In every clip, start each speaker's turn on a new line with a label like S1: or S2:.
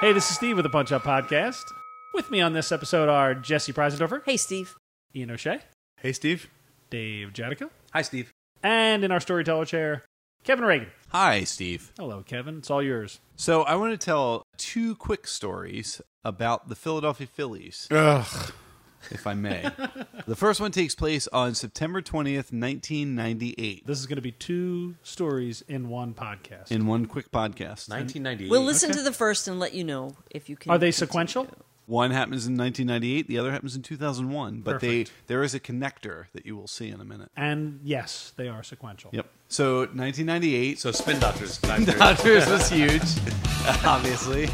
S1: Hey, this is Steve with the Punch Up Podcast. With me on this episode are Jesse Preisendorfer,
S2: Hey, Steve.
S1: Ian O'Shea,
S3: Hey, Steve.
S1: Dave Jadico,
S4: Hi, Steve.
S1: and in our storyteller chair, Kevin Reagan.
S3: Hi, Steve.
S1: Hello, Kevin. It's all yours.
S3: So I want to tell two quick stories about the Philadelphia Phillies,
S4: Ugh.
S3: if I may. the first one takes place on September 20th, 1998,
S1: This is going to be two stories in one podcast.
S3: in one quick podcast.
S4: 1998.
S2: We'll listen to the first and let you know if you can.
S1: are they
S2: continue.
S1: sequential?
S3: One happens in 1998, the other happens in 2001, but they,
S1: Perfect.
S3: there is a connector that you will see in a minute.
S1: And yes, they are sequential.
S3: Yep. So 1998,
S4: so Spin Doctors. Spin
S3: Dodgers was huge, obviously.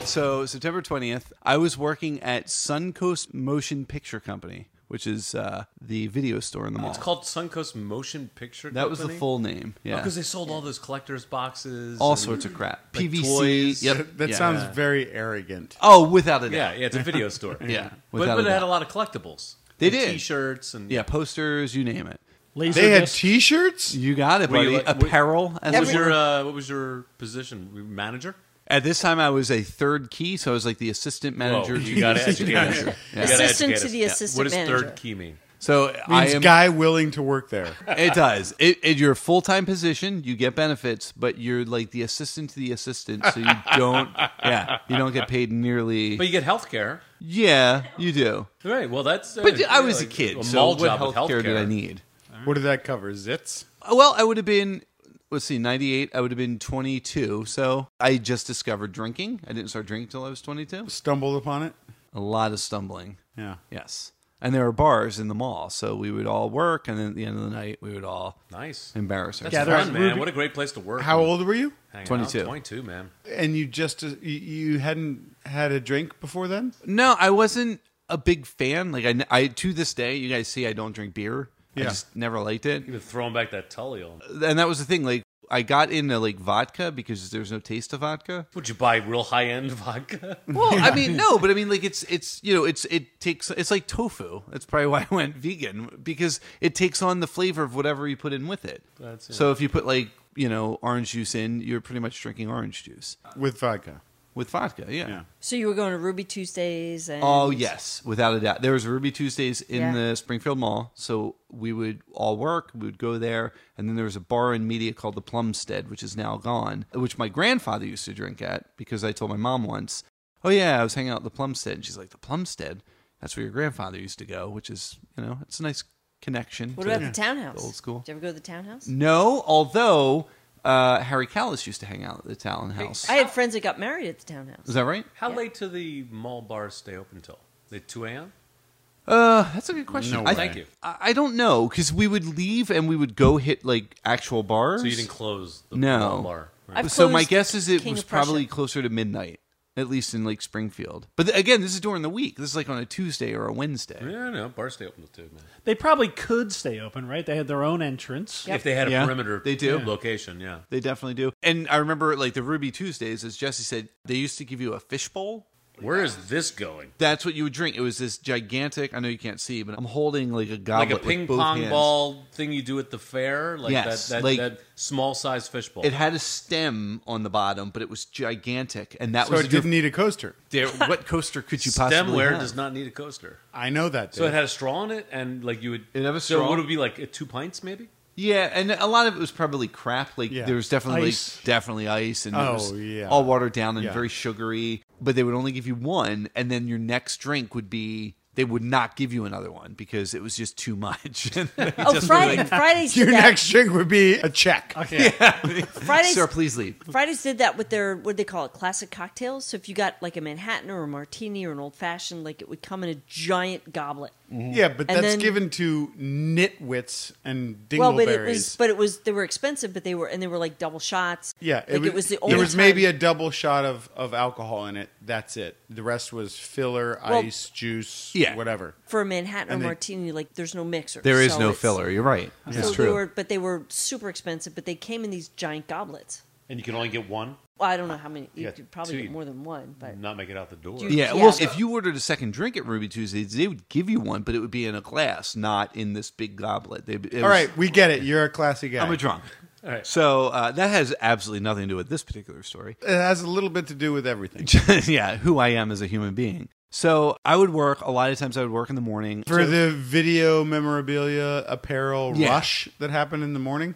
S3: So September twentieth, I was working at Suncoast Motion Picture Company, which is uh, the video store in the mall.
S4: It's called Suncoast Motion Picture.
S3: that was the full name. Yeah,
S4: Because they sold all those collectors boxes.
S3: all
S4: and-
S3: sorts of crap.
S4: like
S3: PVC.
S4: toys.
S3: Yep.
S5: That
S3: yeah.
S5: sounds very arrogant.
S3: Oh, without a doubt.
S4: Yeah, yeah, it's a video store.
S3: Yeah,
S4: but,
S3: without
S4: but
S3: a
S4: it had
S3: doubt.
S4: a lot of collectibles.
S3: They
S4: And
S3: did.
S4: T-shirts and
S3: Yeah, posters. You name it.
S1: Laser
S5: They had
S1: discs.
S5: T-shirts.
S3: You got it,
S4: Were
S3: buddy.
S4: you like- were-
S3: Apparel. as
S4: What
S3: it were.
S4: was your uh, What was your position? Were you Manager?
S3: At this time, I was a third key, so I was like the assistant manager.
S4: Whoa,
S3: to
S4: you
S3: the
S4: got to
S3: assistant
S4: educate us.
S3: manager.
S4: You
S3: Yeah.
S4: gotta
S2: Assistant
S4: educate
S2: to
S4: us.
S2: the assistant
S4: What does
S2: manager.
S4: third key mean?
S3: So I
S5: Means
S3: am
S5: guy willing to work there.
S3: It does. It, it your full time position, you get benefits, but you're like the assistant to the assistant, so you don't. yeah, you don't get paid nearly.
S4: But you get health care.
S3: yeah, you do.
S4: Right. Well, that's. uh,
S3: But I was
S4: like
S3: a kid,
S4: A
S3: so
S4: mall
S3: what
S4: job
S3: health
S4: with
S3: care did I
S4: healthcare.
S3: need?
S5: What did that cover? Zits.
S3: Well, I would have been. Let's see, ninety eight. I would have been twenty two. So I just discovered drinking. I didn't start drinking until I was twenty two.
S5: Stumbled upon it.
S3: A lot of stumbling.
S5: Yeah.
S3: Yes, and there were bars in the mall, so we would all work, and then at the end of the night, we would all
S4: Nice.
S3: embarrass ourselves.
S4: That's
S1: there's
S4: fun, man.
S1: Ruby-
S4: What a great place to work.
S5: How old were you?
S4: Hang out.
S3: 22.
S4: 22, man.
S5: And you just you, you hadn't had a drink before then.
S3: No, I wasn't a big fan. Like I, I to this day, you guys see, I don't drink beer. I
S5: Yeah.
S3: just never liked it.
S4: You've been throwing back that Tully on.
S3: And that was the thing. Like I got into like vodka because there's no taste of vodka.
S4: Would you buy real high end vodka?
S3: Well, I mean, no, but I mean, like it's it's you know it's it takes it's like tofu. That's probably why I went vegan because it takes on the flavor of whatever you put in with it.
S4: That's it.
S3: So if you put like you know orange juice in, you're pretty much drinking orange juice
S5: With vodka.
S3: with vodka. Yeah.
S5: Yeah.
S2: So you were going to Ruby Tuesdays and.
S3: Oh yes, without a doubt. There was Ruby Tuesdays in
S2: Yeah.
S3: the Springfield Mall, so we would all work. We would go there, and then there was a bar in Media called the Plumstead, which is now gone, which my grandfather used to drink at because I told my mom once, "Oh yeah, I was hanging out at the Plumstead," and she's like, "The Plumstead? That's where your grandfather used to go," which is you know, it's a nice connection.
S2: What
S3: to
S2: about the townhouse?
S3: old school.
S2: Did you ever go to the townhouse?
S3: No, although uh, Harry Callis used to hang out at the Talon House.
S2: I had friends that got married at the townhouse.
S3: is that right?
S4: How late do the mall bars stay open till? At 2 a.m.?
S3: Uh, that's a good question.
S5: No
S3: I,
S5: way.
S4: Thank you.
S3: I I don't know because we would leave and we would go hit like actual bars.
S4: So you didn't close the
S3: No.
S4: mall bar. right?
S2: I've
S3: so my
S2: closed
S3: guess is it
S2: King
S3: was
S2: of Prussia.
S3: probably closer to midnight, at least in like Springfield. But th- again, this is during the week. This is like on a Tuesday or a Wednesday.
S4: Yeah, no, bars stay open till 2, man.
S1: They probably could stay open, right? They had their own entrance.
S4: If they had a
S3: Yeah,
S4: perimeter
S3: they do.
S4: location, yeah.
S3: They definitely do. And I remember like the Ruby Tuesdays, as Jesse said, they used to give you a fishbowl.
S4: Where is this going?
S3: That's what you would drink. It was this gigantic. I know you can't see, but I'm holding like a
S4: Like
S3: goblet,
S4: a
S3: with
S4: ping
S3: both
S4: pong
S3: hands.
S4: ball thing you do at the fair? Like
S3: Yes,
S4: that, that,
S3: like-
S4: that small size fishbowl.
S3: It had a stem on the bottom, but it was gigantic, and that
S5: So
S3: was
S5: it
S3: your-
S5: didn't need a coaster.
S3: there. What coaster could you possibly
S4: Stemware
S3: have?
S4: does not need a coaster.
S5: I know that.
S4: So it
S5: Dave.
S4: had a straw in it, and like you would.
S3: It had a
S4: So
S3: straw.
S4: what would it be like? uh, Two pints, maybe?
S3: Yeah, and a lot of it was probably crap. Like
S5: Yeah.
S3: there was definitely
S1: Ice.
S3: Like, definitely ice, and it
S5: Oh,
S3: was
S5: yeah.
S3: all watered down and
S5: Yeah.
S3: very sugary. But they would only give you one, and then your next drink would be they would not give you another one because it was just too much. And they
S2: Oh,
S3: just were
S2: Friday,
S3: like,
S2: Fridays did
S5: your
S2: that.
S5: next drink would be a check.
S2: Fridays,
S3: sir, please leave.
S2: Fridays did that with their what do they call it? Classic cocktails. So if you got like a Manhattan or a martini or an old fashioned, like it would come in a giant goblet.
S5: Yeah, but that's
S2: then-
S5: given to nitwits and dingleberries.
S2: Well, but it was but it was they were expensive, but they were and they were like double shots.
S5: yeah,
S2: like it was, the only
S5: there was
S2: time-
S5: maybe a double shot of, of alcohol in it. That's it. The rest was filler,
S2: Well-
S5: ice, juice,
S3: Yeah.
S5: whatever.
S2: for a Manhattan or
S5: And they-
S2: martini, like there's no mixer.
S3: There is
S2: So
S3: no
S2: it's-
S3: filler. You're right. That's
S2: So they
S3: true.
S2: were, but they were super expensive. But they came in these giant goblets.
S4: And you can only get one,
S2: Well, I don't know how many. You
S4: Yeah,
S2: could probably
S4: two.
S2: get more than one, but
S4: not make it out the door.
S2: Do you-
S3: yeah,
S2: Yeah.
S3: well, if you ordered a second drink at Ruby Tuesdays, they would give you one, but it would be in a glass, not in this big goblet. They, it was-
S5: All right, we get it. You're a classy guy.
S3: I'm a drunk.
S4: All right.
S3: So uh, that has absolutely nothing to do with this particular story.
S5: It has a little bit to do with everything.
S3: yeah, who I am as a human being. So I would work a lot of times. I would work in the morning
S5: For the video memorabilia apparel
S3: Yeah.
S5: rush that happened in the morning.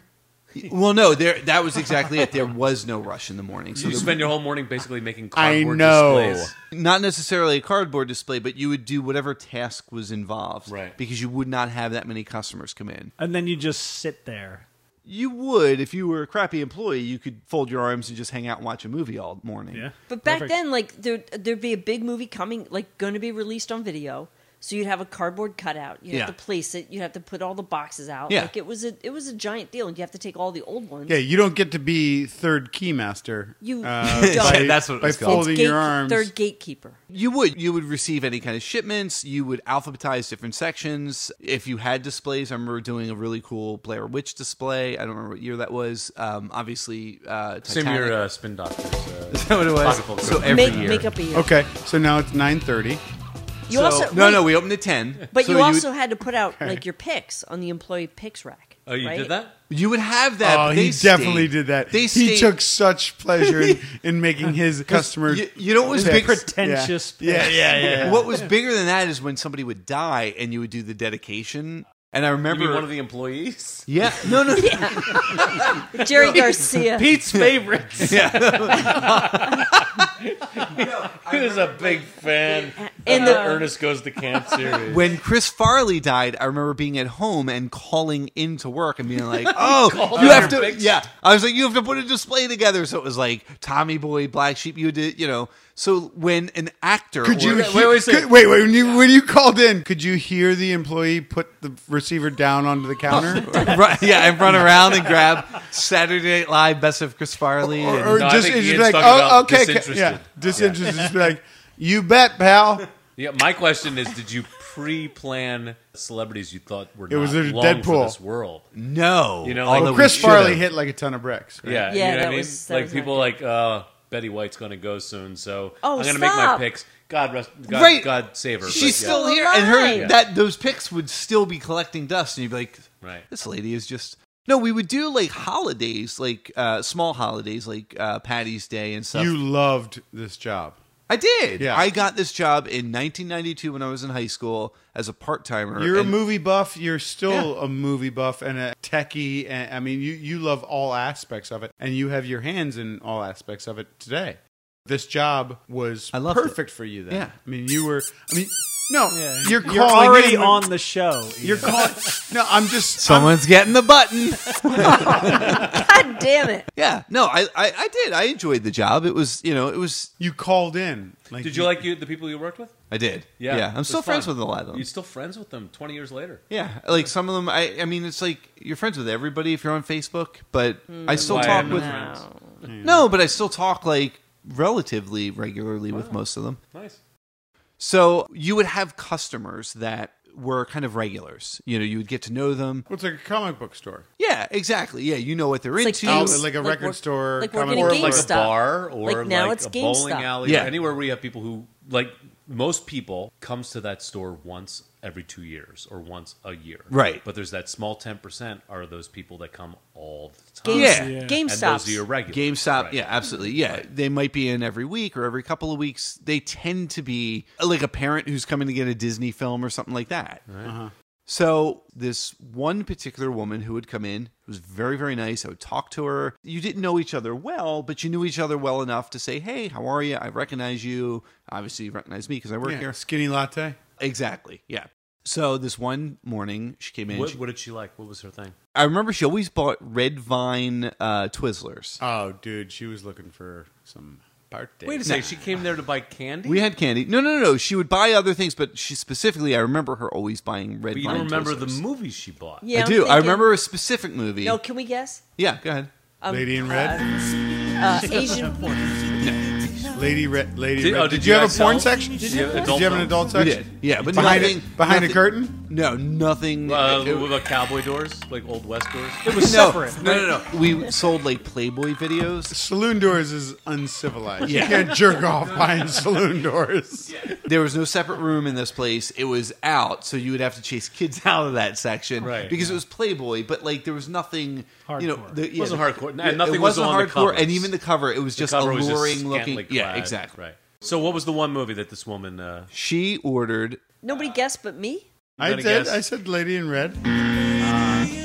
S3: Well, no, there. That was exactly it. There was no rush in the morning. So
S4: You
S3: there-
S4: spend your whole morning basically making
S5: I
S4: cardboard
S5: know.
S4: displays.
S3: not necessarily a cardboard display, but you would do whatever task was involved,
S4: Right.
S3: Because you would not have that many customers come in.
S1: And then you just sit there.
S3: You would, if you were a crappy employee, you could fold your arms and just hang out and watch a movie all morning.
S1: Yeah.
S2: But back
S1: Perfect.
S2: then, like there, there'd be a big movie coming, like going to be released on video. So you'd have a cardboard cutout. You'd
S3: Yeah.
S2: have to place it. You'd have to put all the boxes out.
S3: Yeah.
S2: Like it was a it was a giant deal, and you have to take all the old ones.
S5: Yeah, you don't get to be third keymaster.
S2: You
S5: uh,
S2: don't.
S5: by,
S3: Yeah, that's what it
S5: by
S3: was called.
S5: folding
S2: Gate-
S5: your arms.
S2: Third gatekeeper.
S3: You would. You would receive any kind of shipments. You would alphabetize different sections. If you had displays, I remember doing a really cool Blair Witch display. I don't remember what year that was. Um, obviously, uh,
S4: Same
S3: Titanic.
S4: year uh, Spin Doctors. Uh,
S3: Is that what it was?
S4: Pocket full of
S3: So
S4: gold.
S3: every
S2: Make,
S3: year.
S2: make up a year.
S5: Okay, so now it's nine thirty.
S2: You
S3: So-
S2: also
S3: no,
S2: wait,
S3: no, we opened at ten.
S2: But
S3: So
S2: you also
S3: would,
S2: had to put out like your picks on the employee picks rack.
S4: oh, you
S2: right?
S4: did that?
S3: you would have that.
S5: oh,
S3: but they
S5: he definitely
S3: stayed-
S5: did that.
S3: They
S5: he
S3: stayed-
S5: took such pleasure in, in making his customer.
S3: You, you know what was
S5: Yeah.
S3: big?
S1: Pretentious.
S5: yeah, yeah, yeah, yeah.
S3: What was bigger than that is when somebody would die and you would do the dedication. And I
S4: You
S3: remember
S4: mean one of the employees?
S3: Yeah, no, no,
S2: Jerry Garcia.
S1: Pete's favorites.
S4: He was a big fan
S2: And
S4: of
S2: the-
S4: the Ernest Goes to Camp series.
S3: When Chris Farley died, I remember being at home and calling into work and being like, "Oh, you
S4: out
S3: have
S4: your
S3: to."
S4: picks?
S3: Yeah, I was like, "You have to put a display together." So it was like Tommy Boy, Black Sheep. You did, you know. So when an actor,
S5: Could you
S3: or-
S5: hear-
S4: wait, wait a second.
S5: could- wait, wait, When you, when you called in, could you hear the employee put the receiver down onto the counter,
S3: Run- yeah, and run around and grab Saturday Night Live Best of Chris Farley.
S5: or,
S3: and-
S5: or
S4: No, I
S5: just,
S4: think
S5: it's
S4: Ian's
S5: just like,
S4: talking
S5: oh,
S4: about
S5: okay, ca-
S4: disinterested.
S5: yeah,
S4: Yeah.
S5: disinterested, just be like, you bet, pal.
S4: Yeah, my question is: Did you pre-plan celebrities you thought were
S5: It was
S4: not
S5: a
S4: long
S5: Deadpool.
S4: for this world?
S3: no,
S4: You know,
S3: although
S4: like-
S5: Well,
S3: we
S5: Chris
S3: should've.
S5: Farley hit like a ton of bricks. right?
S4: Yeah,
S2: Yeah,
S4: you know what
S2: that
S4: I mean?
S2: was- that
S4: like
S2: was my
S4: people like uh, Betty White's going to go soon, so
S2: Oh,
S4: I'm going to make my
S2: stop.
S4: picks. God rest, God,
S3: Right.
S4: God save her. but
S3: She's
S4: yeah.
S3: still
S2: Still
S3: here, and her
S2: alive.
S3: that those picks would still be collecting dust, and you'd be like,
S4: Right.
S3: "This lady is just." No, we would do like holidays, like uh, small holidays, like uh, Patty's Day and stuff.
S5: You loved this job.
S3: I did.
S5: Yeah.
S3: I got this job in 1992 when I was in high school as a part timer.
S5: You're a movie buff. You're still a movie buff and a techie. And I mean, you you love all aspects of it, and you have your hands in all aspects of it today. This job was
S3: I loved
S5: perfect for you. Then,
S3: Yeah.
S5: I mean, you were. I mean, no,
S1: Yeah.
S5: you're,
S1: You're
S5: calling
S1: already
S5: in when-
S1: on the show.
S5: You're calling. no, I'm just. I'm-
S3: Someone's getting the button.
S2: God damn it.
S3: yeah. No, I, I, I did. I enjoyed the job. It was, you know, it was.
S5: you called in. Like,
S4: Did you like you the people you worked with?
S3: I did.
S4: Yeah,
S3: Yeah.
S4: it
S3: I'm
S4: was
S3: still friends
S4: fun.
S3: with a lot of them.
S4: You're still friends with them 20 years later.
S3: Yeah, like some of them. I, I mean, it's like you're friends with everybody if you're on Facebook, but I still
S4: why I
S3: talk
S4: am
S3: with
S4: friends.
S3: no, but I still talk like relatively regularly with most of them.
S4: Nice.
S3: So you would have customers that were kind of regulars. You know, you would get to know them.
S5: Well, it's like a comic book store.
S3: Yeah, exactly. Yeah, you know what they're
S2: It's
S3: into.
S2: like
S5: Oh,
S2: games,
S5: like a record store,
S2: Like
S5: comic
S4: Or
S2: working at
S5: book Game
S4: like
S2: GameStop.
S4: a bar, or
S2: Like, now
S4: like
S2: it's
S4: a bowling
S2: GameStop.
S4: alley,
S3: Yeah.
S4: or anywhere where you have people who like most people comes to that store once every two years or once a year.
S3: Right.
S4: But there's that small 10 percent are those people that come all the time.
S2: Games,
S3: Yeah.
S1: Yeah.
S4: And those are your
S2: GameStop.
S4: regulars.
S3: GameStop,
S4: Right.
S3: yeah, absolutely. Yeah, they might be in every week or every couple of weeks. They tend to be like a parent who's coming to get a Disney film or something like that. So, this one particular woman who would come in who was very, very nice. I would talk to her. You didn't know each other well, but you knew each other well enough to say, Hey, how are you? I recognize you. Obviously, you recognize me because I work
S5: Yeah,
S3: here.
S5: Skinny latte.
S3: Exactly. Yeah. So, this one morning, she came in.
S4: What,
S3: she-
S4: what did she like? What was her thing?
S3: I remember she always bought red vine uh, Twizzlers.
S5: Oh, dude, she was looking for some party.
S4: Wait a second. She came there to buy candy.
S3: We had candy. No, no, no, no. She would buy other things, but she specifically, I remember her always buying red.
S4: but you
S3: Vine
S4: don't remember
S3: Twizzlers.
S4: the movies she bought.
S2: Yeah,
S3: I
S2: I'm
S3: do. I
S2: thinking-
S3: remember a specific movie.
S2: No, can we guess?
S3: Yeah, go ahead.
S2: Um,
S5: Lady in Red?
S2: Uh, Asian porn.
S5: Lady Red. Lady
S4: Did-
S5: Red.
S4: oh,
S5: did,
S4: did
S5: you
S4: you
S5: have a
S4: guys
S5: porn
S4: sell-
S5: section?
S4: did you have
S5: Did
S4: adult
S5: you have an
S4: films?
S5: adult
S3: We
S5: section?
S3: did. Yeah, but
S5: behind
S3: nothing
S5: a, behind
S3: nothing-
S5: a curtain.
S3: No, nothing.
S4: Uh,
S3: it-
S4: with cowboy doors, like old west doors.
S1: It was
S3: no,
S1: separate.
S3: no, no, no. We sold like Playboy videos.
S5: Saloon doors is uncivilized.
S3: Yeah.
S5: You can't jerk off behind saloon doors.
S3: There was no separate room in this place. It was out, so you would have to chase kids out of that section
S4: Right.
S3: because it was Playboy. But like, there was nothing You know,
S1: Hardcore.
S3: the, yeah,
S4: Wasn't
S3: the-
S4: hardcore. No,
S3: yeah,
S4: nothing
S3: it
S4: was
S3: wasn't
S4: on the
S3: hardcore, and
S4: covers.
S3: even the cover, it was just
S4: cover was
S3: alluring
S4: just
S3: looking.
S4: scantily
S3: Yeah,
S4: clad.
S3: exactly.
S4: Right. So, what was the one movie that this woman? Uh,
S3: She ordered
S2: Nobody guessed but me
S5: I
S4: gonna
S5: did.
S4: guess? Uh,
S5: I said Lady in Red.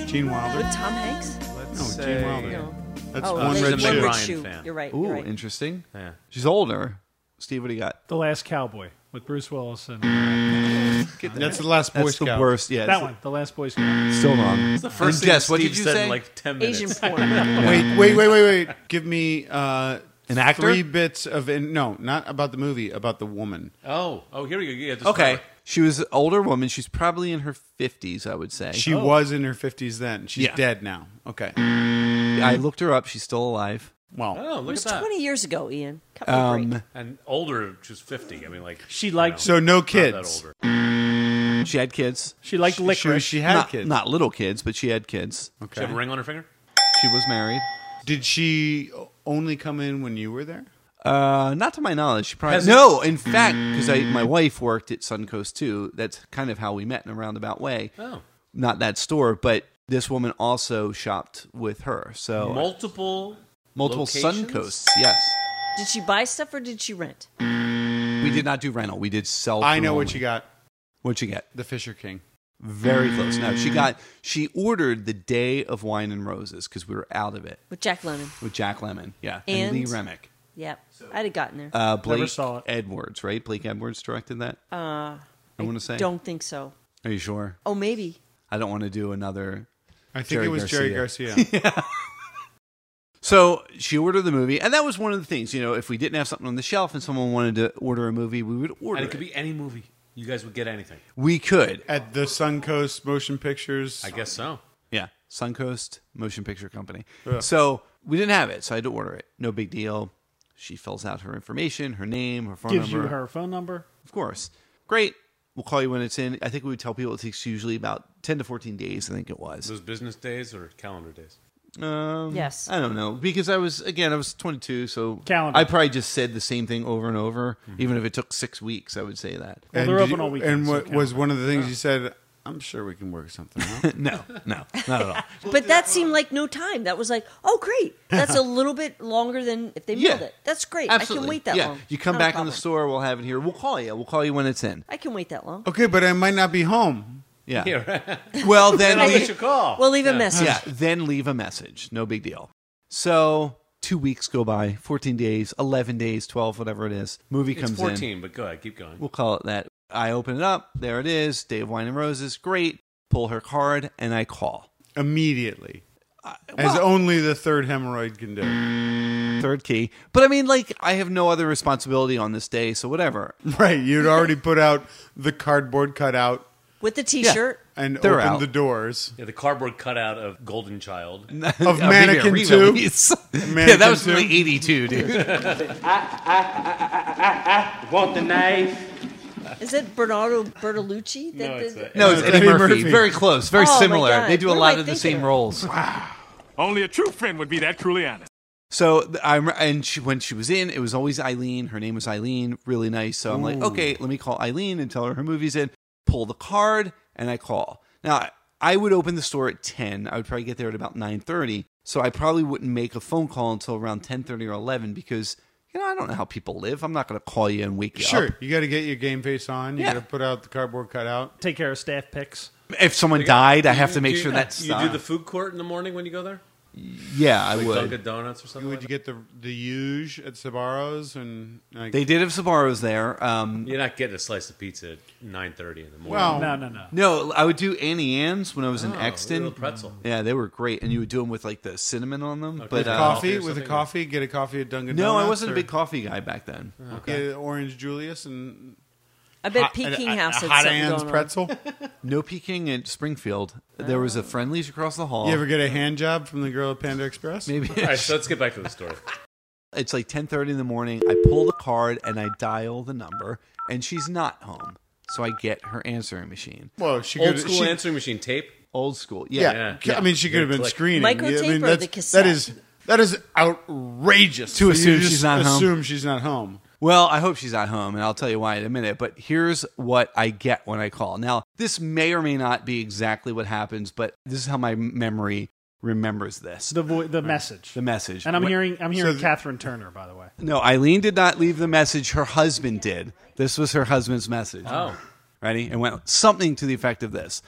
S5: Gene
S2: with
S5: Wilder.
S2: Tom Hanks.
S4: let's
S5: No, Gene Wilder.
S2: No.
S5: That's
S2: oh,
S5: one
S2: Lady
S5: red
S2: in
S5: shoe.
S2: Red
S4: Ryan
S2: Shoe.
S4: fan.
S2: You're right.
S3: Ooh,
S2: you're right.
S3: interesting.
S4: Yeah.
S3: She's older. Steve, what do you got?
S1: The Last Cowboy with Bruce Willis and uh,
S5: That's the last Boy
S3: That's the
S5: Scout.
S3: worst. Yeah,
S1: that
S3: it's-
S1: one, The Last Boy Scout.
S3: Still wrong. It's
S4: The first thing
S3: guess,
S4: Steve
S3: what did you
S4: said
S3: say?
S4: in like ten minutes.
S2: Asian porn.
S5: Wait, wait, wait, wait, wait. Give me uh,
S3: An actor?
S5: Three bits of in- no, not about the movie, about the woman.
S4: Oh, oh, here we go. Yeah, just
S3: okay.
S4: start.
S3: She was an older woman. She's probably in her 50s, I would say.
S5: She was in her fifties then. She's
S3: Yeah.
S5: dead now. Okay.
S3: I looked her up. She's still alive.
S5: Well,
S4: Oh,
S2: It
S4: look at
S2: was
S4: that.
S2: 20 years ago, Ian. Cut me a break.
S3: Um,
S4: And older, she's fifty. I mean, like
S1: She
S4: you
S1: liked-
S4: know,
S5: so no
S4: not that
S5: kids.
S4: older.
S3: she had kids.
S1: She liked
S5: Sure,
S1: licorice.
S5: she had
S3: not,
S5: kids.
S3: not little kids, but she had kids.
S4: She have a
S5: okay.
S4: ring on her finger.
S3: She was married.
S5: Did she only come in when you were there?
S3: Uh, not to my knowledge. She probably
S4: Has it-
S3: no. In fact, because I my wife worked at Suncoast too. That's kind of how we met in a roundabout way.
S4: Oh,
S3: Not that store, but this woman also shopped with her. So uh,
S4: multiple,
S3: multiple
S4: locations?
S3: Suncoasts. Yes,
S2: Did she buy stuff or did she rent?
S3: we did not do rental. We did sell.
S5: I
S3: through
S5: know
S3: only.
S5: what you got.
S3: What you get?
S5: The Fisher King.
S3: Very close. No, she got. She ordered the day of wine and roses because we were out of it
S2: With Jack Lemmon.
S3: with Jack Lemon. Yeah,
S2: And-
S3: Lee Remick.
S2: Yep. I'd have gotten there.
S3: Uh, Blake
S1: saw it.
S3: Edwards, right? Blake Edwards directed that. Uh, I want to say.
S2: Don't think so.
S3: Are you sure?
S2: Oh, maybe.
S3: I don't want to do another.
S5: I think
S3: Jerry
S5: it was Jerry
S3: Garcia.
S5: Garcia.
S3: So she ordered the movie, and that was one of the things. You know, if we didn't have something on the shelf and someone wanted to order a movie, we would order.
S4: and
S3: It
S4: it could be any movie. You guys would get anything.
S3: we could.
S5: At the Suncoast Motion Pictures.
S4: I guess so.
S3: Yeah, Suncoast Motion Picture Company. So we didn't have it, so I had to order it. No big deal. She fills out her information, her name, her phone
S1: Gives
S3: number.
S1: you her phone number.
S3: Of course. Great. We'll call you when it's in. I think we would tell people it takes usually about 10 to 14 days, I think it was.
S4: Those business days or calendar days.
S3: Um,
S2: Yes.
S3: I don't know because I was again I was 22, so
S1: Calendar. Mm-hmm.
S3: I probably just said the same thing over and over. Even if it took six weeks, I would say that.
S1: Well,
S5: And
S1: they're
S5: did
S1: open
S5: you-
S1: all weekend,
S5: And
S1: so
S5: what
S1: count.
S5: was one of the things you said? I'm sure we can work something out.
S3: no, no, not at all.
S2: But that seemed like no time. That was like, oh, great. That's a little bit longer than if they mailed
S3: Yeah.
S2: it. That's great. I
S3: Absolutely.
S2: can wait that
S3: yeah.
S2: long.
S3: you come
S2: Not a
S3: back in the
S2: problem.
S3: store, we'll have it here. We'll call you. We'll call you when it's in.
S2: I can wait that long.
S5: okay, but I might not be home.
S3: Yeah.
S4: Yeah,
S3: Well, then
S4: I'll
S2: Hey.
S4: let
S3: leave,
S4: you call.
S2: We'll leave a message.
S3: yeah, then leave a message. No big deal. So two weeks go by, 14 days, 11 days, 12, whatever it is. Movie
S4: it's
S3: comes in.
S4: fourteen, but go ahead, keep going.
S3: We'll call it that. I open it up. There it is. Day of Wine and Roses. Great. Pull her card and I call.
S5: Immediately. As
S3: well-
S5: only the third hemorrhoid can do.
S3: Third key. But I mean, like, I have no other responsibility on this day, so whatever.
S5: Right. You'd already put out the cardboard cutout
S2: With the t shirt.
S5: and
S3: They're
S5: opened
S3: out.
S5: the doors.
S4: Yeah, the cardboard cutout of Golden Child.
S5: Of
S3: I mean,
S5: Mannequin
S3: re-
S5: 2.
S3: release. yeah, that
S5: Mannequin
S3: was from
S5: 2.
S3: like 82, dude.
S6: Want the knife?
S2: Is it Bernardo Bertolucci? That
S4: No, it's
S2: did-
S4: a-
S3: No, it's Eddie
S5: Eddie
S3: Murphy.
S5: Murphy.
S3: Very close. Very
S2: Oh, my
S3: similar.
S2: God.
S3: They do a
S2: What am
S3: lot
S2: I
S3: of the
S2: thinking
S3: same
S2: of?
S3: roles.
S6: Only a true friend would be that truly honest.
S3: So th- I'm, and she, when she was in, it was always Eileen. Her name was Eileen. Really nice. So I'm like, okay, let me call Eileen and tell her her movie's in. Pull the card, and I call. Now I- I would open the store at ten. I would probably get there at about nine thirty. So I probably wouldn't make a phone call until around ten thirty or eleven because you know I don't know how people live. I'm not going to call you and wake you
S5: Sure.
S3: up.
S5: You got to get your game face on. You
S3: Yeah.
S5: got to put out the cardboard cutout.
S1: Take care of staff picks.
S3: If someone died, I have to make
S4: Do you-
S3: sure that's
S4: you do the food court in the morning when you go there.
S3: yeah. I
S4: Like
S3: would.
S4: Dunkin' Donuts or something.
S5: Would you
S4: like
S5: get the the huge at Sabaros and like,
S3: They did have Sabaros there. Um,
S4: that? You're not getting a slice of pizza at nine thirty in the morning.
S5: Well,
S1: No, no, no.
S3: No, I would do Annie Ann's when I was in
S4: Oh,
S3: Exton.
S4: little pretzel.
S3: Yeah, they were great, and you would do them with like the cinnamon on them. But
S5: with
S3: uh,
S4: or
S5: coffee with a
S4: something?
S5: coffee? Get a coffee at Dunkin'
S3: no,
S5: Donuts.
S3: I wasn't a
S5: or
S3: big coffee guy back then.
S5: Get an orange Julius and
S2: I bet
S5: hot-
S2: Peking
S5: a- a-
S2: House
S5: a
S2: had
S5: hot
S2: something
S5: Ann's
S2: going
S5: pretzel.
S3: No Peking at Springfield. There was a Friendlies across the hall.
S5: You ever get a hand job from the girl at Panda Express?
S3: Maybe
S4: All right, so let's get back to the story.
S3: it's like ten thirty in the morning. I pull the card and I dial the number, and she's not home. So I get her answering machine.
S5: Well, she
S4: Old
S5: could-
S4: school
S5: she-
S4: answering machine tape.
S3: Old school.
S5: Yeah.
S3: Yeah.
S4: Yeah.
S5: Ca- I mean, she could have been
S4: Click.
S5: screening.
S2: Microtape
S5: I mean,
S2: or
S5: that's-
S2: the
S5: That is
S2: cassette?
S5: that is outrageous
S3: To
S5: for you
S3: assume
S5: just
S3: she's not home.
S5: Assume she's not home.
S3: Well, I hope she's not home, and I'll tell you why in a minute. But here's what I get when I call. Now, this may or may not be exactly what happens, but this is how my memory remembers this
S1: The vo- the message.
S3: the message.
S1: and I'm
S3: What-
S1: hearing I'm hearing
S5: the-
S1: Catherine Turner, by the way.
S3: No, Eileen did not leave the message. Her husband did. This was her husband's message.
S4: Oh.
S3: Ready? And went something to the effect of this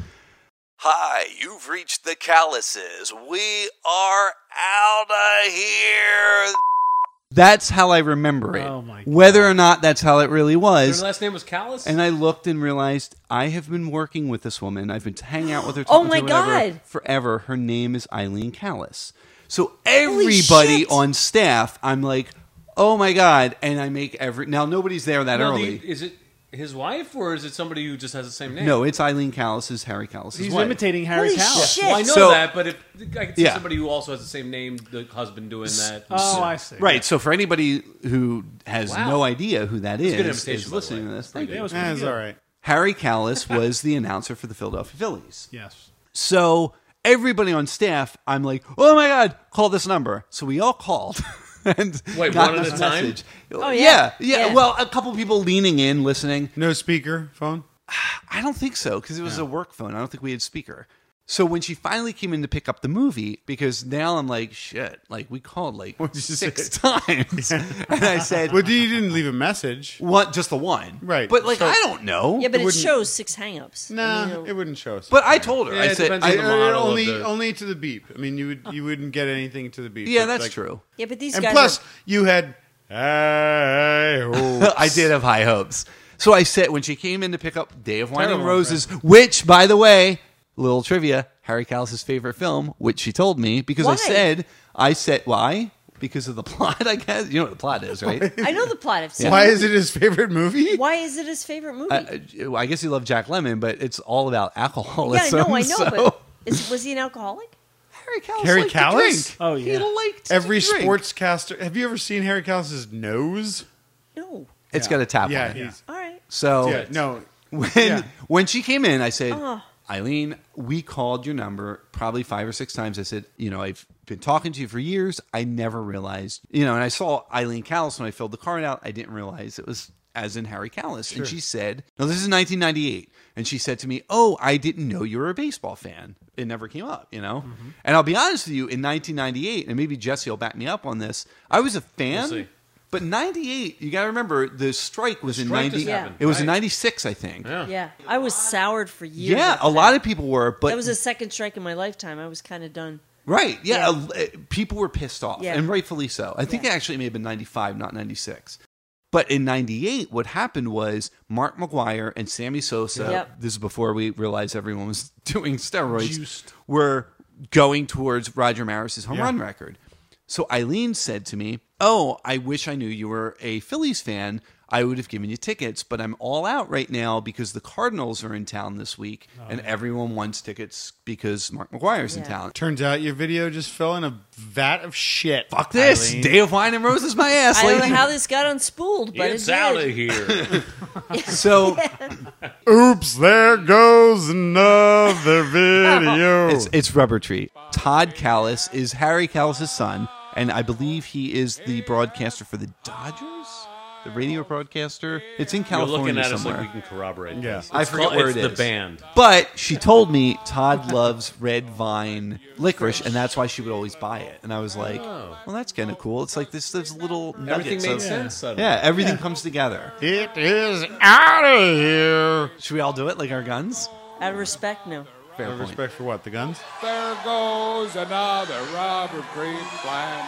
S3: Hi, you've reached the calluses. We are out of here. That's how I remember it.
S1: Oh, my God.
S3: Whether or not that's how it really
S4: Her
S3: was.
S4: last name was Callus.
S3: And I looked and realized I have been working with this woman. I've been hanging out with her.
S2: Oh
S3: talking
S2: my
S3: to her, whatever,
S2: God.
S3: Forever. Her name is Eileen Callis. So everybody
S2: shit.
S3: on staff, I'm like, oh my god, and I make every now nobody's there that
S4: Now, do you-
S3: early.
S4: is it his wife or is it somebody who just has the same name?
S3: no, it's Eileen Callis's Harry Callis's
S1: He's
S3: wife.
S1: imitating Harry
S2: Holy
S1: Callis.
S2: shit.
S4: Well, Oh, I know
S3: So-
S4: that, but if I could see
S3: Yeah.
S4: somebody who also has the same name, the husband doing that.
S1: Oh, I see.
S3: Right. So for anybody who has
S4: Wow.
S3: no idea who that is,
S4: good imitation,
S3: is
S4: by the
S3: listening
S4: way.
S3: to this,
S4: Pretty
S3: thank
S1: That
S3: you.
S1: was pretty
S5: That's
S1: good.
S5: Eh, all right.
S3: Harry Callis was the announcer for the Philadelphia Phillies.
S1: Yes.
S3: So everybody on staff, I'm like, oh my god, call this number. So we all called. and
S4: Wait,
S3: got
S4: one at
S3: this
S4: a time?
S3: message.
S2: Oh,
S3: yeah.
S2: yeah.
S3: yeah,
S2: Yeah.
S3: Well, a couple people leaning in, listening.
S5: No speaker phone.
S3: I don't think so because it was a work phone. I don't think we had speaker. So when she finally came in to pick up the movie, because now I'm like, shit, like we called like
S5: did you
S3: six times, and I said,
S5: Well, you didn't leave a message.
S3: "What? Just the one,
S5: Right.
S3: But like,
S5: So-
S3: I don't know.
S2: Yeah, but it,
S5: wouldn't-
S2: shows six hangups.
S5: Nah,
S2: I mean,
S5: it wouldn't show us.
S3: But I told her,
S4: Yeah,
S3: I
S4: it
S3: said,
S4: depends
S3: I,
S4: on
S5: I,
S4: the model of
S5: only
S4: the-
S5: only to the beep. I mean, you would you wouldn't get anything to the beep.
S3: yeah,
S5: But,
S3: that's
S5: like-
S3: true.
S2: yeah, but these
S5: And
S2: guys.
S5: plus,
S2: are-
S5: you had. Hey, oh.
S3: I did have high hopes. So I said when she came in to pick up Day of Wine and
S5: Terrible
S3: Roses, which, by the way, little trivia, Harry Callis's favorite film, which she told me because I
S2: Why?
S3: said I said why because of the plot. I guess you know what the plot is, right?
S2: I know the plot. I've seen.
S5: Why is it his favorite movie?
S2: Why is it his favorite movie?
S3: I, I guess he loved Jack Lemon, but it's all about
S2: yeah, I
S3: alcoholism.
S2: know, I know.
S3: so-
S2: But is, was he an alcoholic?
S3: Harry Callis.
S5: Harry
S3: liked to
S5: Callis?
S3: drink.
S1: Oh, yeah.
S3: he liked to
S5: Every
S3: drink.
S5: sportscaster. Have you ever seen Harry Callis's nose?
S2: No.
S3: It's got a tap.
S5: yeah,
S3: on it.
S5: he's
S2: All right.
S3: So
S5: yeah. No,
S3: when
S5: Yeah.
S3: when she came in, I said,
S2: Oh.
S3: Eileen, we called your number probably five or six times. I said, you know, I've been talking to you for years. I never realized, you know, and I saw Eileen Callis when I filled the card out. I didn't realize it was as in Harry Callis. And she said, no, this is 1998. And she said to me, oh, I didn't know you were a baseball fan. It never came up, you know? And I'll be honest with you, in 1998, and maybe Jesse will back me up on this, I was a fan.
S4: see.
S3: but 98, you got to remember the strike was in
S4: strike
S3: 90.
S4: just happened,
S3: It was in
S4: right?
S3: 96, I think.
S2: Yeah, I was soured for years.
S3: Yeah, a lot of people were, but
S2: That was a second strike in my lifetime. I was kind of done.
S3: right, yeah,
S2: Yeah.
S3: a- uh, people were pissed off,
S2: Yeah.
S3: and rightfully so. I think
S2: Yeah.
S3: it actually may have been '95, not '96. But in '98, what happened was Mark McGuire and Sammy Sosa.
S2: Yep.
S3: This is before we realized everyone was doing steroids.
S1: Juiced.
S3: Were going towards Roger Maris's home
S5: Yeah.
S3: run record. So Eileen said to me, "Oh, I wish I knew you were a Phillies fan. I would have given you tickets, but I'm all out right now because the Cardinals are in town this week, and everyone wants tickets because Mark McGuire's in
S2: Yeah.
S3: town.
S5: turns out your video just fell in a vat of shit.
S3: Fuck this!
S5: Eileen.
S3: Day of Wine and Roses, my ass.
S2: I don't
S3: lady.
S2: know how this got unspooled, but
S4: it's
S2: it did.
S4: out of here.
S3: so
S5: Oops, there goes another video.
S3: it's it's Rubber Tree. Todd Callis is Harry Callis's son, and I believe he is the broadcaster for the Dodgers, the radio broadcaster. It's in
S4: You're
S3: California
S4: looking at us
S3: somewhere.
S4: like we can corroborate.
S5: Yeah.
S4: this.
S3: I
S4: It's
S3: forget
S4: called-
S3: where
S4: it's
S3: it
S4: The
S3: is.
S4: band.
S3: But she told me Todd loves red vine licorice, and that's why she would always buy it. And I was like, well, that's kind of cool. It's like this, this little
S4: Everything
S3: nuggets
S4: made
S3: of-
S4: sense suddenly.
S3: Yeah, everything comes together.
S5: it is out of here.
S3: Should we all do it like our guns?
S2: Out of respect, no.
S3: Fair
S5: Out of
S3: point.
S5: respect for what? The guns?
S7: There goes another rubber green plant.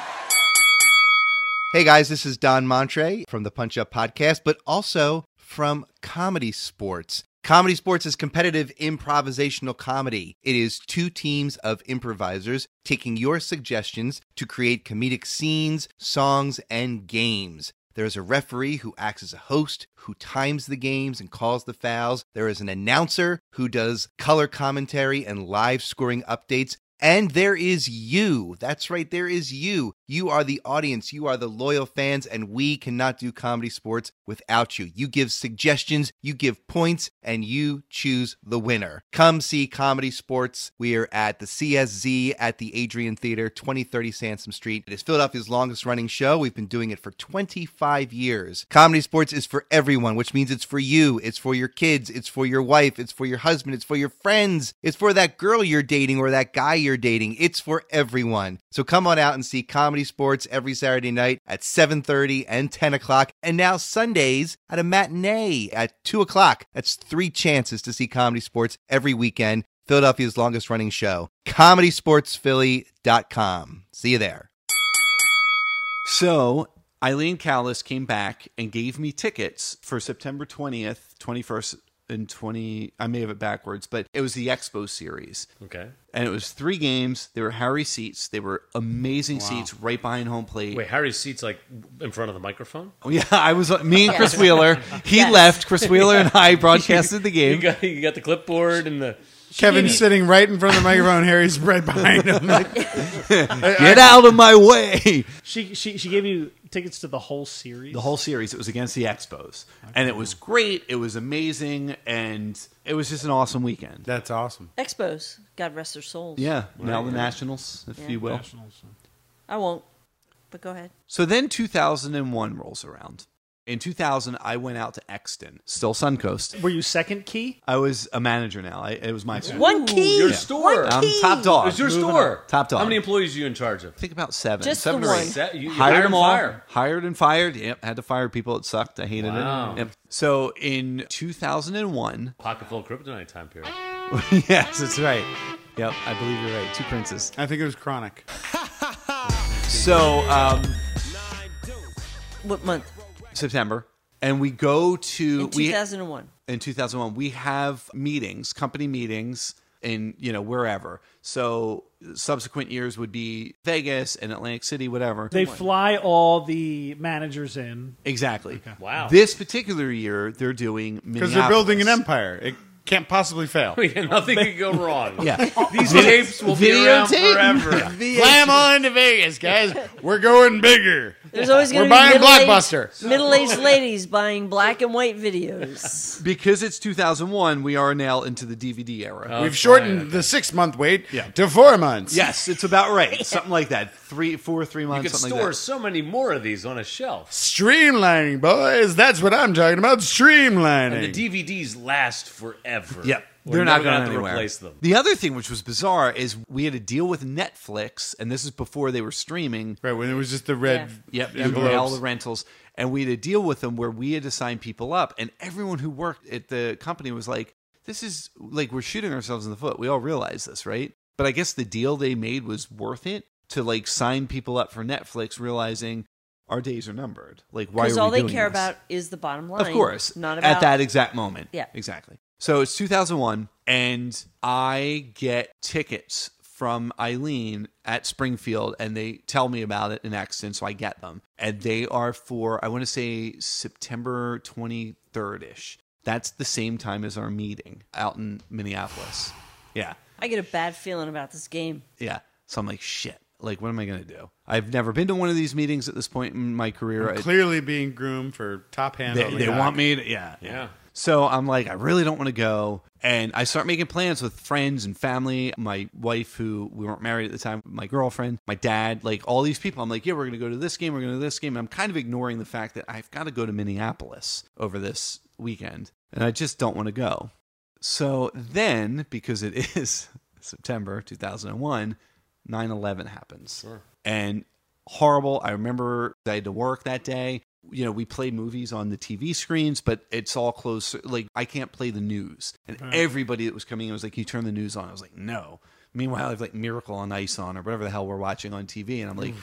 S8: Hey guys, this is Don Montre from the Punch Up Podcast, but also from Comedy Sports. Comedy Sports is competitive improvisational comedy. It is two teams of improvisers taking your suggestions to create comedic scenes, songs, and games. There is a referee who acts as a host, who times the games and calls the fouls. There is an announcer who does color commentary and live scoring updates. And there is you. That's right. There is you. You are the audience. You are the loyal fans, and we cannot do comedy sports without you. You give suggestions, you give points, and you choose the winner. Come see comedy sports. We are at the CSZ at the Adrian Theater, 2030 Sansom Street. It is Philadelphia's longest running show. We've been doing it for 25 years. Comedy sports is for everyone, which means it's for you, it's for your kids, it's for your wife, it's for your husband, it's for your friends, it's for that girl you're dating or that guy you're dating. It's for everyone. So come on out and see comedy sports every Saturday night at 7:30 and 10 o'clock, and now Sundays at a matinee at 2 o'clock. That's three chances to see comedy sports every weekend. Philadelphia's longest running show, comedysportsphilly.com. See you there.
S3: So Eileen Callis came back and gave me tickets for September 20th, 21st, and 20. I may have it backwards, but it was the Expo series.
S4: Okay.
S3: And it was three games. They were Harry seats. They were amazing seats right behind home plate.
S4: Wait, Harry's seat's like in front of the microphone.
S3: Oh, Yeah, I was me and Chris
S2: Yes.
S3: Wheeler. He
S2: Yes.
S3: left. Chris Wheeler and I broadcasted the
S4: You
S3: game.
S4: got you got the clipboard and the
S5: Kevin's sitting right in front of the microphone. Harry's right behind him.
S3: Get out of my way.
S1: She she she gave you tickets to the whole series.
S3: The whole series. It was against the Expos, and it was great. It was amazing, and it was just an awesome weekend.
S5: That's awesome.
S2: Expos. God rest their souls.
S3: Yeah, now the Nationals, if you will.
S2: I won't. But go ahead.
S3: So then 2001 rolls around. In 2000, I went out to Exton, still Suncoast.
S1: Were you second key?
S3: I was a manager now. I, it was my store.
S2: One key.
S4: your
S2: One
S4: store.
S3: I'm
S2: key.
S3: top dog.
S4: It's your
S3: Moving
S4: store.
S3: up. Top dog.
S4: How many employees are you in charge of?
S3: I think about seven,
S2: Just
S3: seven
S2: the
S3: or
S2: one.
S3: eight.
S4: Set- you- you
S3: hired,
S4: hired
S3: them
S4: and
S3: all.
S4: fired.
S3: Hired and fired. Yep, had to fire people. It sucked. I hated
S4: Wow.
S3: it. Yep. So in 2001,
S4: Pocket full of kryptonite time period.
S3: yes, that's right. Yep, I believe you're right. Two princes.
S5: I think it was chronic.
S3: So um,
S2: What month?
S3: September, and we go to
S2: In
S3: we
S2: 2001.
S3: in 2001 we have meetings company meetings in you know wherever so subsequent years would be vegas and atlantic city whatever
S1: They fly all the managers in.
S3: exactly
S4: Wow.
S3: this particular year they're doing
S5: Because they're building an
S3: Minneapolis.
S5: empire. It can't possibly fail.
S4: Yeah, nothing could go wrong.
S3: yeah
S4: These tapes will be around
S3: Videotape?
S4: forever.
S5: Slam on to Vegas, guys. We're going bigger.
S2: There's always
S5: We're
S2: going to be
S5: buying
S2: middle-aged-
S5: Blockbuster.
S2: Middle-aged ladies buying black and white videos.
S3: because it's 2001 we are now into the dvd era
S4: Oh.
S5: We've shortened the six month wait to four months.
S3: yes it's about right something like that three four three
S4: You
S3: months
S4: could
S3: something
S4: store
S3: like that
S4: so many more of these on a shelf.
S5: Streamlining, boys. That's what I'm talking about. Streamlining.
S4: And the DVDs last forever.
S3: Yep.
S4: We're
S3: They're not
S4: never gonna
S3: going
S4: have to
S3: anywhere.
S4: replace them.
S3: The other thing which was bizarre is we had a deal with Netflix, and this is before they were streaming.
S5: right, when it was just the red
S3: Yep, you
S5: envelopes.
S3: get all the rentals. And we had a deal with them where we had to sign people up, and everyone who worked at the company was like, "This is like we're shooting ourselves in the foot." We all realize this, right? But I guess the deal they made was worth it to like sign people up for Netflix, realizing our days are numbered. Like, why?
S2: Because
S3: Are
S2: all
S3: we
S2: they
S3: doing
S2: care
S3: this?
S2: about is the bottom line.
S3: Of course.
S2: Not about
S3: at that exact moment.
S2: Yeah.
S3: Exactly. So it's 2001 and I get tickets from Eileen at Springfield and they tell me about it in Exton so I get them. And they are for I want to say September 23rd-ish. That's the same time as our meeting out in Minneapolis. Yeah.
S2: I get a bad feeling about this game.
S3: Yeah. So I'm like, shit. Like what am I going to do? I've never been to one of these meetings at this point in my career. I-
S5: Clearly being groomed for top hand.
S3: they,
S5: only
S3: they
S5: doc.
S3: want me to yeah
S4: Yeah.
S3: so i'm like i really don't want to go and i start making plans with friends and family my wife who we weren't married at the time my girlfriend my dad like all these people i'm like yeah we're gonna go to this game we're gonna go to this game and i'm kind of ignoring the fact that i've got to go to minneapolis over this weekend and i just don't want to go so then because it is september 2001 9-11 happens and horrible i remember i had to work that day you know we play movies on the tv screens but it's all closed like i can't play the news and
S5: Hmm.
S3: everybody that was coming in was like "Can you turn the news on i was like no meanwhile i have like miracle on ice on or whatever the hell we're watching on tv and i'm like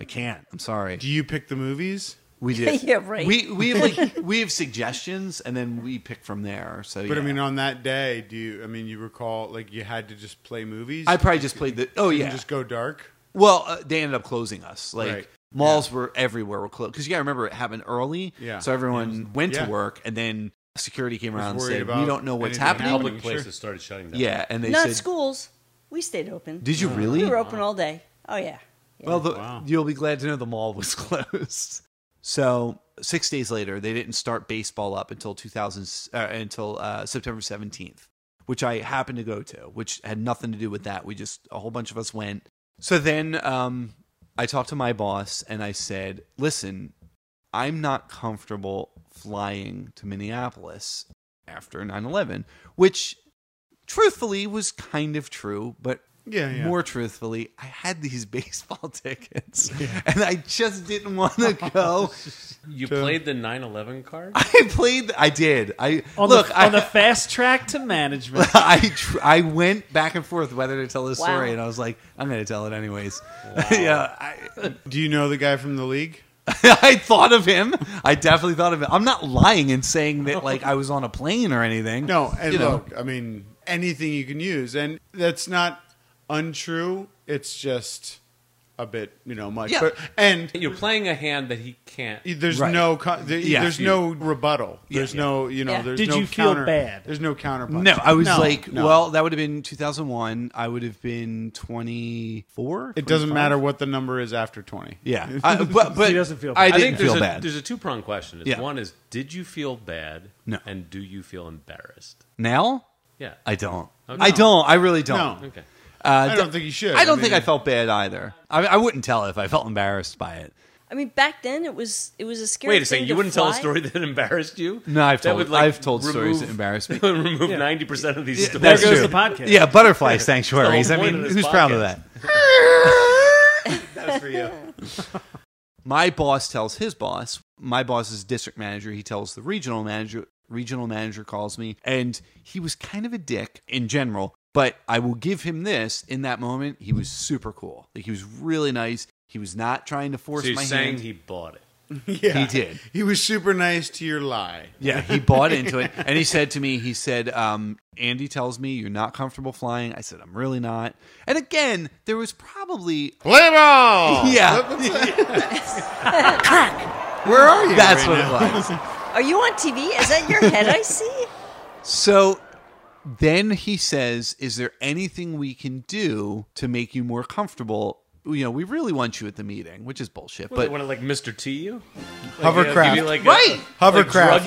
S3: i can't i'm sorry
S5: Do you pick the movies?
S3: we did
S2: Yeah, right.
S3: we we like we have suggestions and then we pick from there so
S5: But I
S3: yeah.
S5: mean, on that day, do you? I mean, you recall like you had to just play movies.
S3: i probably just played the oh
S5: and
S3: yeah
S5: just go dark.
S3: Well, uh, they ended up closing us. Like
S5: Right.
S3: malls were everywhere were closed because you got to remember it happened early.
S5: Yeah.
S3: So everyone went
S5: yeah.
S3: to work, and then security came around and
S5: worried
S3: said, "We
S5: about
S3: don't know what's
S5: anything
S3: happening."
S5: happening.
S4: Public
S5: Sure.
S4: places started shutting down.
S3: Yeah, and they
S2: Not
S3: said,
S2: schools. We stayed open.
S3: Did you really?
S2: we were open all day. Oh yeah. yeah.
S3: Well, the,
S5: Oh. Wow.
S3: you'll be glad to know the mall was closed. So six days later, they didn't start baseball up until 2000 uh, until uh, September 17th, which I happened to go to, which had nothing to do with that. We just a whole bunch of us went. So then um, I talked to my boss and I said, "Listen, I'm not comfortable flying to Minneapolis after 9/11," which truthfully was kind of true, but
S5: Yeah, yeah.
S3: more truthfully, I had these baseball tickets and I just didn't want to go.
S4: You played the 9/11 card.
S3: I played, I did. I
S1: On
S3: look,
S1: the,
S3: I,
S1: on the fast track to management.
S3: I, tr- I went back and forth whether to tell this
S2: Wow.
S3: story, and I was like, I'm going to tell it anyways. yeah, I,
S5: Do you know the guy from the league?
S3: I thought of him. I definitely thought of him. I'm not lying and saying that like I was on a plane or anything.
S5: No, and
S3: You know.
S5: look, I mean, anything you can use, and that's not untrue. It's just a bit, you know, much.
S3: Yeah.
S5: But and
S4: You're playing a hand that he can't.
S5: there's
S3: Right.
S5: no con- there-
S3: Yeah.
S5: there's no rebuttal. There's no, you know,
S2: Yeah.
S5: there's
S1: Did
S5: no
S1: you feel
S5: counter.
S1: bad?
S5: There's no counterpunch.
S3: No, I was
S5: No,
S3: like,
S5: no.
S3: well, that would have been 2001. I would have been 24.
S5: It doesn't
S3: 25?
S5: matter what the number is after twenty.
S3: Yeah, I, but, but
S1: He doesn't feel
S3: I
S1: bad.
S3: didn't
S4: I think there's
S3: feel
S4: a,
S3: bad.
S4: There's a two prong question. Is
S3: Yeah.
S4: One is, did you feel bad?
S3: No.
S4: And do you feel embarrassed?
S3: Now
S4: Yeah.
S3: I don't.
S4: Okay.
S3: I don't. I really don't.
S5: No.
S4: okay.
S3: Uh,
S5: I don't think you should.
S3: I don't
S5: mean,
S3: think I felt bad either. I, I wouldn't tell if I felt embarrassed by it.
S2: I mean, back then it was it was a scary.
S4: Wait a
S2: thing
S4: second.
S2: to
S4: You wouldn't tell a
S2: fly.
S4: story that embarrassed you?
S3: No, I've
S4: That
S3: told-
S4: would, like,
S3: I've told stories
S4: remove-
S3: that embarrassed me.
S4: remove ninety percent of these stories.
S1: There goes
S3: true.
S1: the podcast.
S3: Yeah, butterfly
S4: the whole
S3: sanctuaries. I
S4: point
S3: mean,
S4: of this
S3: who's proud of
S4: podcast.
S3: that? that was for you. My boss tells his boss. My boss is district manager. He tells the regional manager. Regional manager calls me, and he was kind of a dick in general. But I will give him this: in that moment, he was super cool. Like he was really nice. He was not trying to force
S4: So you're
S3: my
S4: saying
S3: hand.
S4: he bought it.
S5: Yeah.
S3: He did.
S5: He was super nice to your lie.
S3: Yeah, he bought into it. And he said to me, he said, um, Andy tells me you're not comfortable flying. I said, I'm really not. And again, there was probably.
S5: Play ball.
S3: Yeah.
S5: Where are you?
S3: That's
S5: right
S3: what
S5: now?
S3: it was.
S2: Are you on TV? Is that your head? I see.
S3: So then he says, Is there anything we can do to make you more comfortable? You know, we really want you at the meeting, which is bullshit.
S4: What,
S3: But
S4: want to like Mr. T you?
S5: Hovercraft.
S4: Give you, like, a-
S3: Right.
S4: like,
S5: Hovercraft.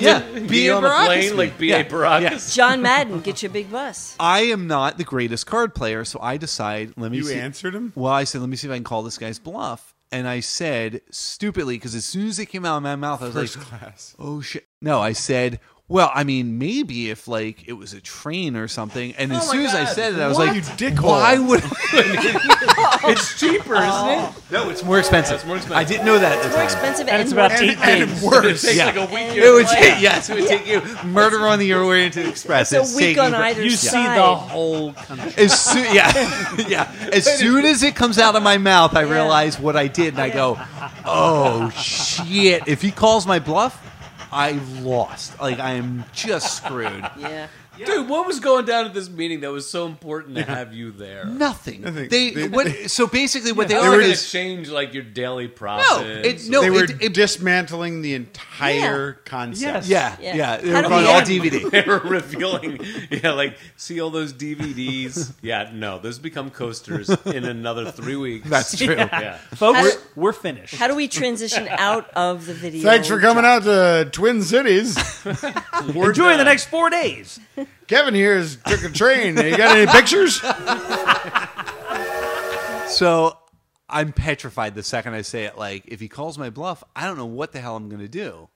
S4: drugged
S3: Yeah.
S4: it?
S3: B.A.
S4: Be, on a
S3: Baracus
S4: plane
S3: me.
S4: like B.A.
S3: Yeah.
S4: Baracus.
S2: John Madden, get you a big bus.
S3: I am not the greatest card player, so I decide, let me
S5: You
S3: see.
S5: answered him?
S3: Well, I said, let me see if I can call this guy's bluff. And I said, stupidly, because as soon as it came out of my mouth, I was
S5: First
S3: like,
S5: class.
S3: oh shit. No, I said, well, I mean, maybe if like it was a train or something. And
S2: Oh
S3: as soon as I said it, I was
S5: What?
S3: like,
S5: You dickhole.
S3: Why would
S2: Oh.
S3: it's cheaper, isn't it? No, it's more expensive.
S4: It's more expensive.
S3: I didn't know that. At the
S2: More
S3: time.
S2: expensive
S1: And
S2: and,
S1: it's about
S2: more-
S1: eight
S5: And
S1: days.
S5: worse.
S4: Takes
S3: Yeah.
S4: like a week.
S3: It would take yes, it would take you murder on the Orient Express.
S2: It's a week
S3: taking
S2: on
S3: you-
S2: either
S1: You see
S2: side.
S1: the whole country.
S3: As soon, yeah, yeah. As soon as it comes out of my mouth, I realize what I did, and I go, "Oh shit!" If he calls my bluff, I lost. Like I am just screwed.
S2: yeah.
S4: Dude, what was going down at this meeting that was so important to have you there?
S3: Nothing.
S5: Nothing.
S3: They,
S5: They-
S3: what? So basically, what
S4: They
S3: they are
S4: were going
S3: is
S4: to change like your daily
S3: no.
S4: process.
S3: It, no.
S5: they were
S3: it, it,
S5: dismantling the entire concept.
S1: Yes.
S3: yeah,
S2: Yeah.
S3: yeah. They
S2: How
S3: were
S2: do
S3: going
S2: we
S3: all
S2: end?
S3: DVD.
S4: they were revealing, yeah, like see all those DVDs. Yeah, no, those become coasters in another three weeks.
S3: That's true.
S4: yeah.
S1: Folks,
S2: How-
S1: we're finished.
S2: How do we transition out of the video?
S5: Thanks for coming out to Twin Cities.
S1: Enjoy the next four days.
S5: Kevin here is took a train. You got any pictures?
S3: So I'm petrified the second I say it. Like, if he calls my bluff, I don't know what the hell I'm going to do.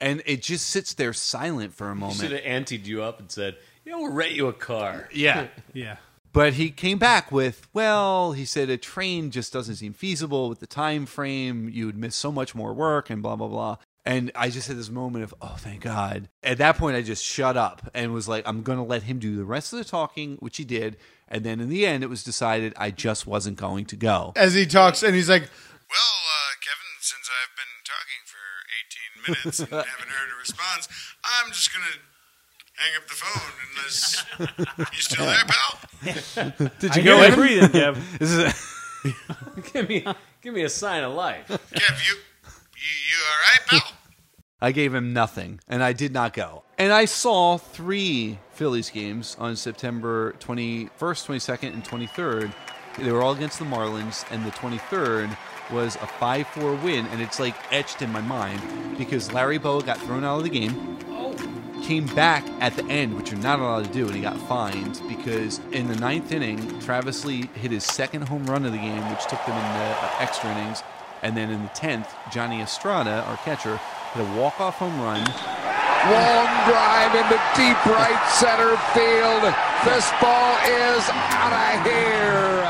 S3: And it just sits there silent for a
S4: You should
S3: moment.
S4: have anteed you up and said, "Yeah, we'll rent you a car."
S3: Yeah.
S1: Yeah.
S3: But he came back with, well, he said a train just doesn't seem feasible with the time frame. You would miss so much more work and blah, blah, blah. And I just had this moment of, oh, thank God. At that point, I just shut up and was like, I'm going to let him do the rest of the talking, which he did. And then in the end, it was decided I just wasn't going to go.
S5: As he talks, and he's like,
S9: Well, uh, Kevin, since I've been talking for 18 minutes and haven't heard a response, I'm just going to hang up the phone unless you still there, pal.
S3: Did
S1: You go and breathe in, Kev.
S3: This is
S4: give me, give me a sign of life.
S9: Kev, you, you, you all right, pal?
S3: I gave him nothing, and I did not go. And I saw three Phillies games on September 21st, 22nd, and 23rd. They were all against the Marlins, and the 23rd was a 5 4 win, and it's like etched in my mind because Larry Boa got thrown out of the game came back at the end, which you're not allowed to do, and he got fined because in the ninth inning, Travis Lee hit his second home run of the game, which took them in the uh, extra innings. And then in the tenth, Johnny Estrada, our catcher, hit a walk-off home run.
S7: Long drive into deep right center field. This ball is out of here.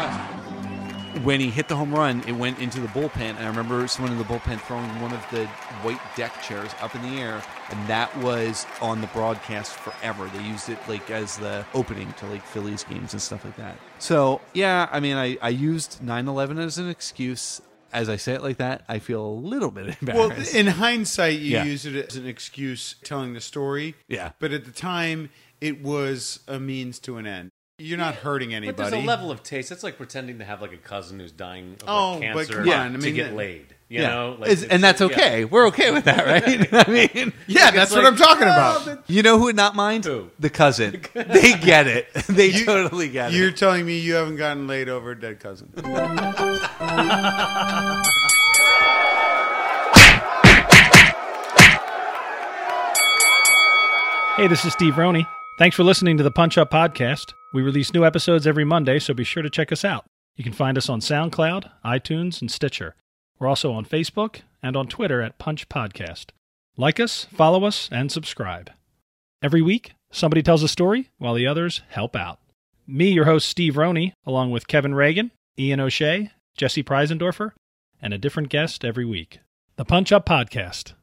S3: When he hit the home run, it went into the bullpen, and I remember someone in the bullpen throwing one of the white deck chairs up in the air, and that was on the broadcast forever. They used it like as the opening to like Phillies games and stuff like that. So yeah, I mean, I, I used 9-11 as an excuse. As I say it like that, I feel a little bit
S5: Well,
S3: embarrassed.
S5: in hindsight, you
S3: Yeah.
S5: use it as an excuse telling the story.
S3: Yeah.
S5: But at the time, it was a means to an end. You're not hurting anybody.
S4: But there's a level of taste. That's like pretending to have like a cousin who's dying of like,
S5: Oh, but
S4: cancer
S5: come on, I
S4: to
S5: mean,
S4: get
S5: that-
S4: laid. You
S3: yeah,
S4: know, like,
S3: Is-
S4: it's
S3: and that's
S4: like- yeah.
S3: okay. We're okay with that, right? I mean,
S5: yeah, that's what I'm talking about.
S3: "Oh, you know who would not mind
S4: Who?
S3: the cousin? they get it. They totally get
S5: You're
S3: it.
S5: telling me you haven't gotten laid over a dead cousin.
S1: Hey, this is Steve Roney. Thanks for listening to the Punch Up Podcast. We release new episodes every Monday, so be sure to check us out. You can find us on SoundCloud, iTunes, and Stitcher. We're also on Facebook and on Twitter at Punch Podcast. Like us, follow us, and subscribe. Every week, somebody tells a story while the others help out. Me, your host, Steve Roney, along with Kevin Reagan, Ian O'Shea, Jesse Preisendorfer, and a different guest every week. The Punch Up Podcast.